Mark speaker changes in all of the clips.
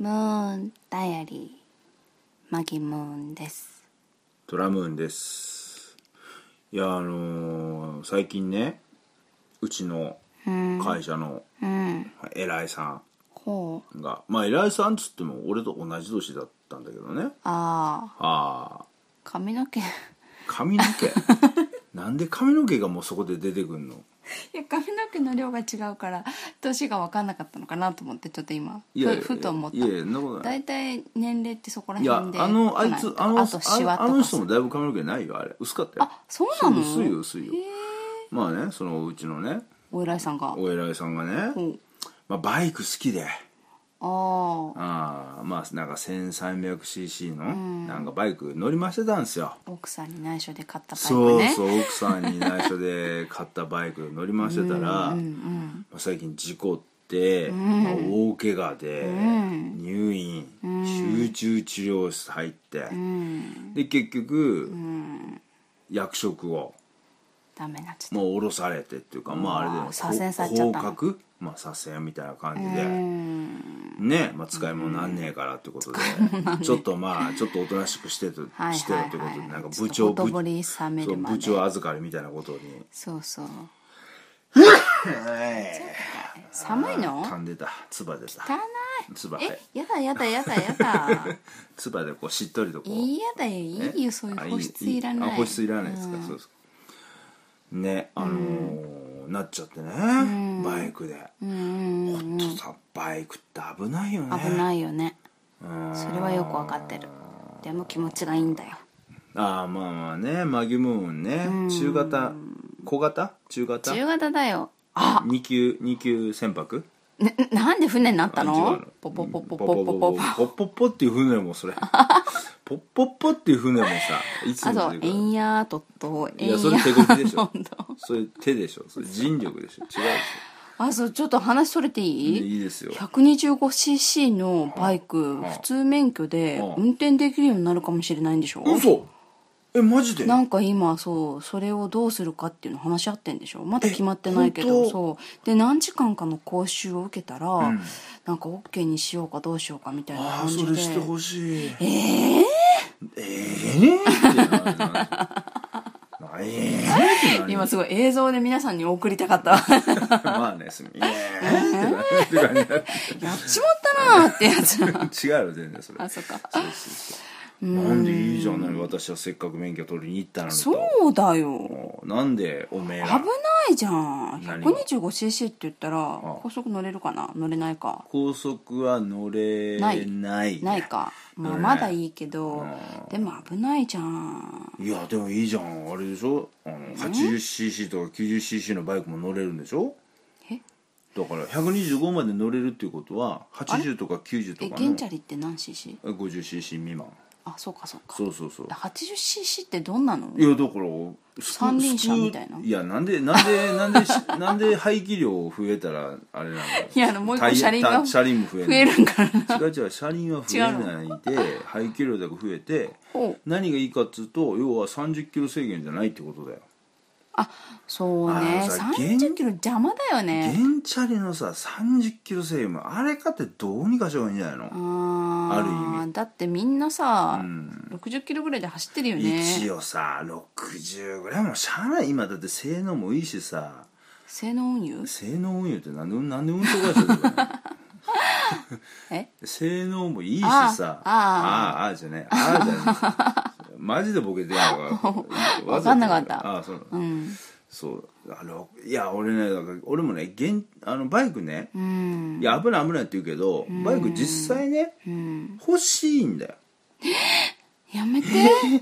Speaker 1: ーンダイアリーマギムーンです
Speaker 2: ドラムーンですいやあのー最近ねうちの
Speaker 1: うん
Speaker 2: 会社の
Speaker 1: うん
Speaker 2: 偉いさ
Speaker 1: ほうん
Speaker 2: がまあ偉いさんっつっても俺と同じ年だったんだけどね
Speaker 1: ああ
Speaker 2: ああ
Speaker 1: 髪の毛 い
Speaker 2: 髪の 毛なんで髪の毛がもうそこで出てくんの
Speaker 1: や髪の毛の量が違うから年が分かんなかったのかなと思ってちょっと今
Speaker 2: いや
Speaker 1: ふふと思った
Speaker 2: いやいやそんなことない
Speaker 1: 大体年齢ってそこら
Speaker 2: いやあ
Speaker 1: 辺で
Speaker 2: のあい
Speaker 1: 来な
Speaker 2: つ
Speaker 1: と
Speaker 2: あの
Speaker 1: あとシワ
Speaker 2: あ
Speaker 1: とか
Speaker 2: あの人もだいぶ髪の毛ないよあれ薄かったよ
Speaker 1: あそうなの
Speaker 2: 薄いよ薄いよ
Speaker 1: へえ
Speaker 2: まあねそのうちのね
Speaker 1: お偉いさんが
Speaker 2: お偉いさんがね、
Speaker 1: うん
Speaker 2: まあ、バイク好きで
Speaker 1: ああ
Speaker 2: あーまあなんか 1300cc のなんかバイク乗りましてたんですよ、
Speaker 1: 奥さんに内緒で買ったバイク
Speaker 2: そう
Speaker 1: ね
Speaker 2: そう奥さんに内緒で買ったバイク乗りましてたら、まあ最近事故って、まあ大怪我で、入院、集中治療室入って、で結局、役職を
Speaker 1: ダメなっちゃった
Speaker 2: もう降ろされてっていうか、まああれで
Speaker 1: うわ左遷されちゃったの
Speaker 2: 降格まあ左遷みたいな感じで、ね、まあ、使い物なんねえからってことで、ちょっとまあちょっとおとなしくしてと、
Speaker 1: はい
Speaker 2: してる
Speaker 1: はい
Speaker 2: ってことで
Speaker 1: は
Speaker 2: ないんか部長
Speaker 1: ちょっとほとぼ
Speaker 2: 部
Speaker 1: り冷め
Speaker 2: そう
Speaker 1: るま
Speaker 2: 部
Speaker 1: で
Speaker 2: 長預かりみたいなことに
Speaker 1: そう そう
Speaker 2: はい
Speaker 1: 寒いの
Speaker 2: 噛んでた唾出た
Speaker 1: 汚
Speaker 2: 唾
Speaker 1: い
Speaker 2: はい
Speaker 1: えやだやだやだや だ
Speaker 2: 唾でこうしっとりとこう
Speaker 1: いいやだよいいよそういう
Speaker 2: あ
Speaker 1: 保湿いらない
Speaker 2: あ保湿いらないですか、
Speaker 1: うん
Speaker 2: そうですかねあのーなっちゃってね、バイクで、
Speaker 1: うんうん
Speaker 2: ほんとさバイクって危ないよね
Speaker 1: 危ないよね
Speaker 2: うん
Speaker 1: それはよくわかってるでも気持ちがいいんだよ
Speaker 2: ああまあまあねマギムーンね中型小型中型
Speaker 1: 中型だよ
Speaker 2: 二級二級船舶
Speaker 1: ねなんで船になっ
Speaker 2: あ
Speaker 1: た
Speaker 2: 違う
Speaker 1: の
Speaker 2: の
Speaker 1: ポポポポポポ
Speaker 2: ポ
Speaker 1: ポポ
Speaker 2: ポポポっていう船もそれポッポッポっていう船もさいつ
Speaker 1: あと
Speaker 2: に出
Speaker 1: 「え
Speaker 2: てくる
Speaker 1: んやーとっとえ
Speaker 2: い
Speaker 1: んや
Speaker 2: やそれ手こきでし
Speaker 1: ど
Speaker 2: ょ
Speaker 1: んどん
Speaker 2: それ手でしょそれ人力でしょ違うでし
Speaker 1: あそうちょっと話それて
Speaker 2: ょ
Speaker 1: い
Speaker 2: い
Speaker 1: い
Speaker 2: やいいですよ
Speaker 1: 125cc のバイク
Speaker 2: はい
Speaker 1: 普通免許で
Speaker 2: はい
Speaker 1: 運転できるようになるかもしれないんでしょ
Speaker 2: 嘘えマジで
Speaker 1: なんか今そうそれをどうするかっていうの話し合ってんでしょまだ決まってないけ
Speaker 2: 本
Speaker 1: ど
Speaker 2: 当
Speaker 1: そうで何時間かの講習を受けたら、
Speaker 2: ん
Speaker 1: なんか OK にしようかどうしようかみたいな
Speaker 2: あ
Speaker 1: 感
Speaker 2: あ
Speaker 1: じ
Speaker 2: そ
Speaker 1: で
Speaker 2: れしてほしい
Speaker 1: えー
Speaker 2: ええーってなるなええー ってなる
Speaker 1: 今すごい映像で皆さんに送りたか ったやっちまっ
Speaker 2: まあね、すみ。えーって感じだ
Speaker 1: たなーってやつ
Speaker 2: 違うよ、全然それ。
Speaker 1: あそっか
Speaker 2: そうそうそうなんでいいじゃない、私はせっかく免許取りに行ったのにと。
Speaker 1: そうだよ
Speaker 2: もうなんで、おめえ
Speaker 1: 危
Speaker 2: ら
Speaker 1: な。いじゃん
Speaker 2: 何が
Speaker 1: 125cc って言ったら高速乗れるかな乗れないか
Speaker 2: 高速は乗れない。
Speaker 1: ない。か、まあ、
Speaker 2: 乗れない
Speaker 1: まだいいけどでも危ないじゃん
Speaker 2: いや、でもいいじゃん、あれでしょあの、80cc とか 90cc のバイクも乗れるんでしょ
Speaker 1: え
Speaker 2: だから、125まで乗れるっていうことは、80とか
Speaker 1: え
Speaker 2: 90とか
Speaker 1: ゲンチャ
Speaker 2: の
Speaker 1: リって何 cc?
Speaker 2: 50cc 未満。
Speaker 1: あそうかそうか
Speaker 2: そうそうそう。
Speaker 1: 80cc ってどんなの
Speaker 2: いやだからス
Speaker 1: 三輪車みたいな
Speaker 2: スクーいやなんでなんでな んでしなんで排気量増えたらあれなんだろ
Speaker 1: いやあのもう一個
Speaker 2: タイヤ
Speaker 1: 車輪が
Speaker 2: た車輪も増え
Speaker 1: 増えるんかな
Speaker 2: 違う違う車輪は増えないで排気量だけ増えて
Speaker 1: ほう
Speaker 2: 何がいいかっつうと要は3 0キロ制限じゃないってことだよ
Speaker 1: そうね
Speaker 2: あさ
Speaker 1: 3
Speaker 2: ゲン
Speaker 1: 0キロ邪魔だよね
Speaker 2: 原チャリのさ3 0キロ制限もあれかってどうにかした方がいいんじゃないの、
Speaker 1: あ
Speaker 2: ある意
Speaker 1: ーだってみんなさ、
Speaker 2: ん
Speaker 1: 60キロぐらいで走ってるよ
Speaker 2: 一
Speaker 1: ね
Speaker 2: 応さ60ぐらいもしゃあない今だって性能もいいしさ
Speaker 1: 性能運輸
Speaker 2: 性能運輸ってなんでなんで運送会社だよ
Speaker 1: え
Speaker 2: 性能もいいしさ
Speaker 1: ああ
Speaker 2: あああじゃねえああじゃねえマジでボケてんのかわ
Speaker 1: わか
Speaker 2: ざと
Speaker 1: んなかった
Speaker 2: ああそう、
Speaker 1: うん
Speaker 2: そうあのいや俺ねだから俺もね現あのバイクね、
Speaker 1: うん
Speaker 2: いや危ない危ないって言うけど、バイク実際ね、
Speaker 1: うん
Speaker 2: 欲しいんだよ
Speaker 1: やめて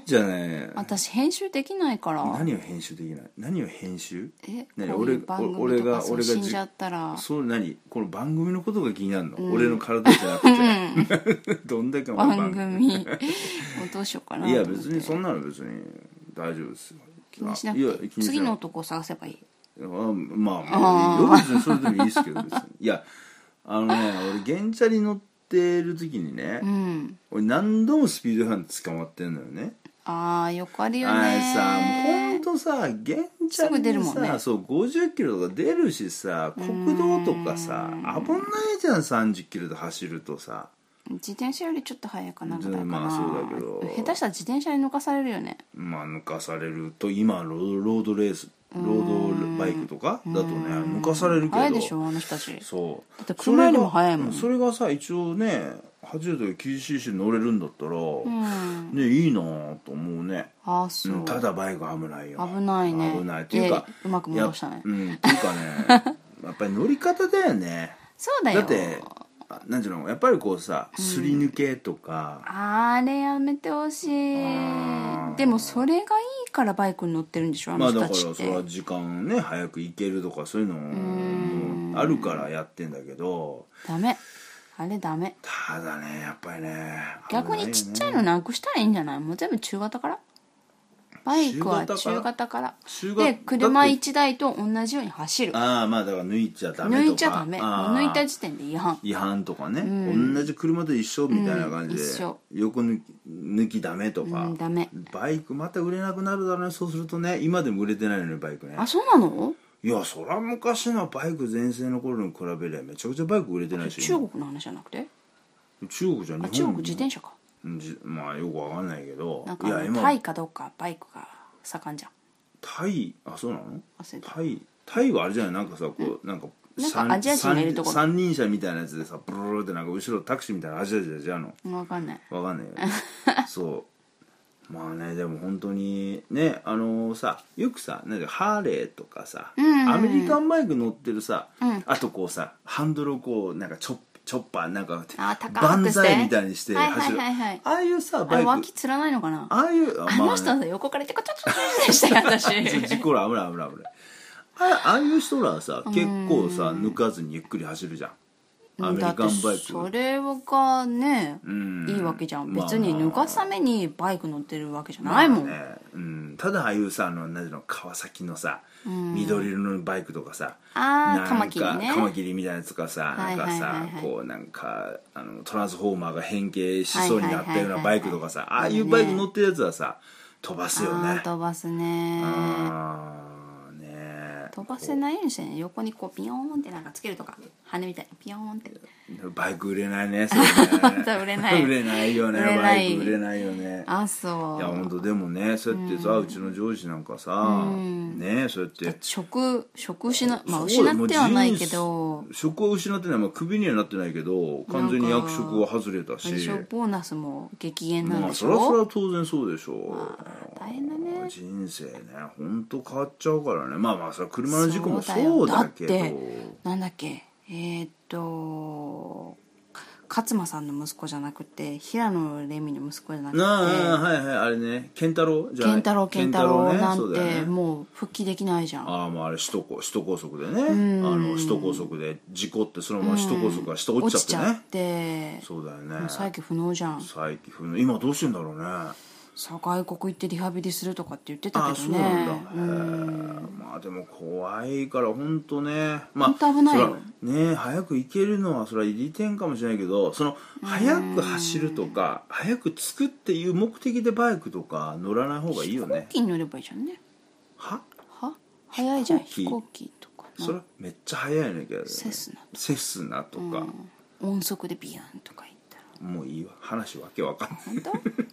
Speaker 2: じゃあね
Speaker 1: 私編集できないから
Speaker 2: 何を編集できない何を編集
Speaker 1: え
Speaker 2: 何
Speaker 1: こうい
Speaker 2: 俺
Speaker 1: う番
Speaker 2: 俺
Speaker 1: 組と
Speaker 2: が
Speaker 1: かそう
Speaker 2: 俺が
Speaker 1: 死
Speaker 2: じ
Speaker 1: んじゃったら
Speaker 2: そう何この番組のことが気になるの、俺の体じゃなくて、 どんだけお前
Speaker 1: 番 組をどうしようかなと思
Speaker 2: いや
Speaker 1: って
Speaker 2: 別にそんなの別に大丈夫ですよ
Speaker 1: 気にしなくていい
Speaker 2: 気にしな
Speaker 1: 次の男を探せばいい
Speaker 2: あまあまあいいよ別にそれでもいいですけど別にいやあのね俺原チャリ乗ってる時にね、
Speaker 1: うん
Speaker 2: 俺何度もスピード違反で捕まってんのよね
Speaker 1: ああよくあるよね
Speaker 2: あれさもうほんとさ原チ
Speaker 1: す
Speaker 2: ャ
Speaker 1: ぐ
Speaker 2: リ
Speaker 1: 出
Speaker 2: で
Speaker 1: るもん
Speaker 2: さ、
Speaker 1: ね
Speaker 2: そう50キロとか出るしさ国道とかさ危ないじゃん30キロで走るとさ
Speaker 1: 自転車よりちょっと速いかなんかだかな、
Speaker 2: まあそうだけど
Speaker 1: 下手したら自転車に抜かされるよね
Speaker 2: まあ抜かされると今ロードロードレースロードバイクとかだとね抜かされるけど
Speaker 1: 速いでしょあの人たち
Speaker 2: そう
Speaker 1: だって車よりも速いもん
Speaker 2: それがそれがさ一応ね80度 90cc 乗れるんだったら、
Speaker 1: うん
Speaker 2: ねいいなぁと思うね
Speaker 1: ああそう、
Speaker 2: うんただバイク危ないよ
Speaker 1: 危ないね
Speaker 2: 危ないっていうか
Speaker 1: ええうまく戻したね
Speaker 2: やうんっていうか ねやっぱり乗り方だよね
Speaker 1: そうだよ
Speaker 2: だってあなんていうのやっぱりこうさすり抜けとか、
Speaker 1: あれやめてほし
Speaker 2: あー
Speaker 1: いでもそれがいいからバイクに乗ってるんでしょあ
Speaker 2: ま
Speaker 1: の
Speaker 2: あだ
Speaker 1: 人
Speaker 2: か
Speaker 1: た
Speaker 2: ら
Speaker 1: ちっ
Speaker 2: そ
Speaker 1: て、
Speaker 2: れは時間ね早く行けるとかそういうのもあるからやってんだけど
Speaker 1: ダメあれダメ
Speaker 2: ただねやっぱりね
Speaker 1: 逆にちっちゃい
Speaker 2: の
Speaker 1: のなくしたらいいんじゃないもう全部中型からバイクは
Speaker 2: 中
Speaker 1: 中
Speaker 2: 型
Speaker 1: 型から
Speaker 2: 中型
Speaker 1: で車1台と同じように走る
Speaker 2: ああまあだから抜いちゃダメとか
Speaker 1: 抜いちゃダメもう
Speaker 2: ああ
Speaker 1: 抜いた時点で違反
Speaker 2: 違反とかね、同じ車と一緒みたいな感じで、
Speaker 1: うん一緒
Speaker 2: 横抜き抜きダメとか、
Speaker 1: うんダメ
Speaker 2: バイクまた売れなくなるだろうねそうするとね今でも売れてないのにバイクね
Speaker 1: あそうなの
Speaker 2: いやそら昔のバイク全盛の頃に比べりゃめちゃくちゃバイク売れてないし
Speaker 1: 中国の話じゃなくて
Speaker 2: 今中国じゃ日
Speaker 1: あ
Speaker 2: 本
Speaker 1: 中国自転車か
Speaker 2: うんじまあよくわかんないけど
Speaker 1: なん
Speaker 2: い
Speaker 1: か
Speaker 2: や今
Speaker 1: タイかどうかバイクが盛んじゃん
Speaker 2: タイあそうなの
Speaker 1: 忘れた
Speaker 2: タイタイはあれじゃないなんかさこうなんか
Speaker 1: なんか
Speaker 2: 三
Speaker 1: アジア人がいるところ
Speaker 2: 三三輪車みたいなやつでさブルルルってなんか後ろタクシーみたいなアジア人じゃんの
Speaker 1: 分かんない
Speaker 2: わかんない よねそうまあねでも本当にねあのさよくさなんかハーレーとかさ、アメリカンバイク乗ってるさ、あとこうさハンドルをこうなんかチョッチョッパーなんか
Speaker 1: あー高
Speaker 2: 万
Speaker 1: くして
Speaker 2: 歳みたいにして
Speaker 1: はい
Speaker 2: 走
Speaker 1: はい
Speaker 2: る、
Speaker 1: はいはい
Speaker 2: ああいうさ
Speaker 1: あ
Speaker 2: バ
Speaker 1: れ
Speaker 2: イクあ
Speaker 1: 脇つらないのかなあ,、
Speaker 2: あいうあ,、まあね
Speaker 1: の人はさ横からちょこちょこちょこちょこでした よ
Speaker 2: そう事
Speaker 1: 私
Speaker 2: 故ら危ない危ない危ないあああいう人らはさ結構さ抜かずにゆっくり走るじゃんアメリカンバイ
Speaker 1: だっ
Speaker 2: ク
Speaker 1: てそれがね、
Speaker 2: ん
Speaker 1: いいわけじゃん
Speaker 2: まあ
Speaker 1: 別に抜かすためにバイク乗ってるわけじゃないもん、
Speaker 2: まあねうん、ただああいうさあの何ていうの川崎のさ、緑色のバイクとかさ
Speaker 1: あー
Speaker 2: なんか
Speaker 1: カマキリね
Speaker 2: カマキリみたいなやつとかさな
Speaker 1: は
Speaker 2: ん
Speaker 1: い
Speaker 2: か
Speaker 1: はいはい
Speaker 2: さ、
Speaker 1: はい
Speaker 2: こうなんかあのトランスフォーマーが変形しそうになったような
Speaker 1: はいはいはいはい
Speaker 2: バイクとかさ、
Speaker 1: あるね
Speaker 2: ああいうバイク乗ってるやつはさ飛ばすよ
Speaker 1: あ
Speaker 2: ね
Speaker 1: ー飛ばすね
Speaker 2: あーね
Speaker 1: 飛ばせないようにしてね横にこうピヨーンってなんかつけるとか羽みたいにピヨーンって
Speaker 2: バイク売れないねそれね
Speaker 1: そう売れない
Speaker 2: 売れないよね
Speaker 1: 売れない
Speaker 2: バイク売れないよね
Speaker 1: あそ
Speaker 2: いや本
Speaker 1: う
Speaker 2: 当でもねそうやってさ、うちの上司なんかさ、ねそうやって
Speaker 1: 食食失うまあ
Speaker 2: そう
Speaker 1: 失
Speaker 2: だよ
Speaker 1: ってはないけど
Speaker 2: 職を失ってない、まあ、クビにはなってないけど完全に役職は外れたし
Speaker 1: 最初ボーナスも激減なん
Speaker 2: ま
Speaker 1: で
Speaker 2: あ
Speaker 1: し
Speaker 2: そりゃそり
Speaker 1: ょ、
Speaker 2: ゃ当然そうでしょう、
Speaker 1: 大変だね
Speaker 2: 人生ね本当変わっちゃうからねまあまあそれは車の事故も
Speaker 1: そうだよ
Speaker 2: そうだけど
Speaker 1: だってなんだっけえー、っと勝間さんの息子じゃなくて平野レミの息子じゃなくて
Speaker 2: なあ、はいはいあれね健太郎じゃない
Speaker 1: 健太郎健太郎なんて
Speaker 2: 健太郎ねそうだよね
Speaker 1: もう復帰できないじゃん
Speaker 2: ああまああれ首都高首都高速でねあの首都高速で事故ってそのまま首都高速が下落
Speaker 1: 落
Speaker 2: ち
Speaker 1: ち
Speaker 2: ち
Speaker 1: ち
Speaker 2: ゃって
Speaker 1: ゃ
Speaker 2: ね
Speaker 1: って
Speaker 2: そうだよね
Speaker 1: もう再起不能じゃん
Speaker 2: 再起不能今どうしてんだろうね
Speaker 1: さ外国行ってリハビリするとかって言ってた
Speaker 2: あ
Speaker 1: けど
Speaker 2: あそう
Speaker 1: ね
Speaker 2: なんだ、へえまあでも怖いから本当ねまあ
Speaker 1: ほんと危ないよ
Speaker 2: そらね早く行けるのはそれは利点かもしれないけどその早く走るとか早く着くっていう目的でバイクとか乗らない方がいいよ
Speaker 1: 飛
Speaker 2: ね
Speaker 1: 行機に乗ればいいじゃんね
Speaker 2: は
Speaker 1: は早いじゃん
Speaker 2: 飛
Speaker 1: 飛
Speaker 2: 行
Speaker 1: 行機とか
Speaker 2: それはめっちゃ早いねけどね
Speaker 1: セスナ
Speaker 2: セスナとか、
Speaker 1: 音速でビューンとか行ったら
Speaker 2: もういいわ話わけわかんない
Speaker 1: 本当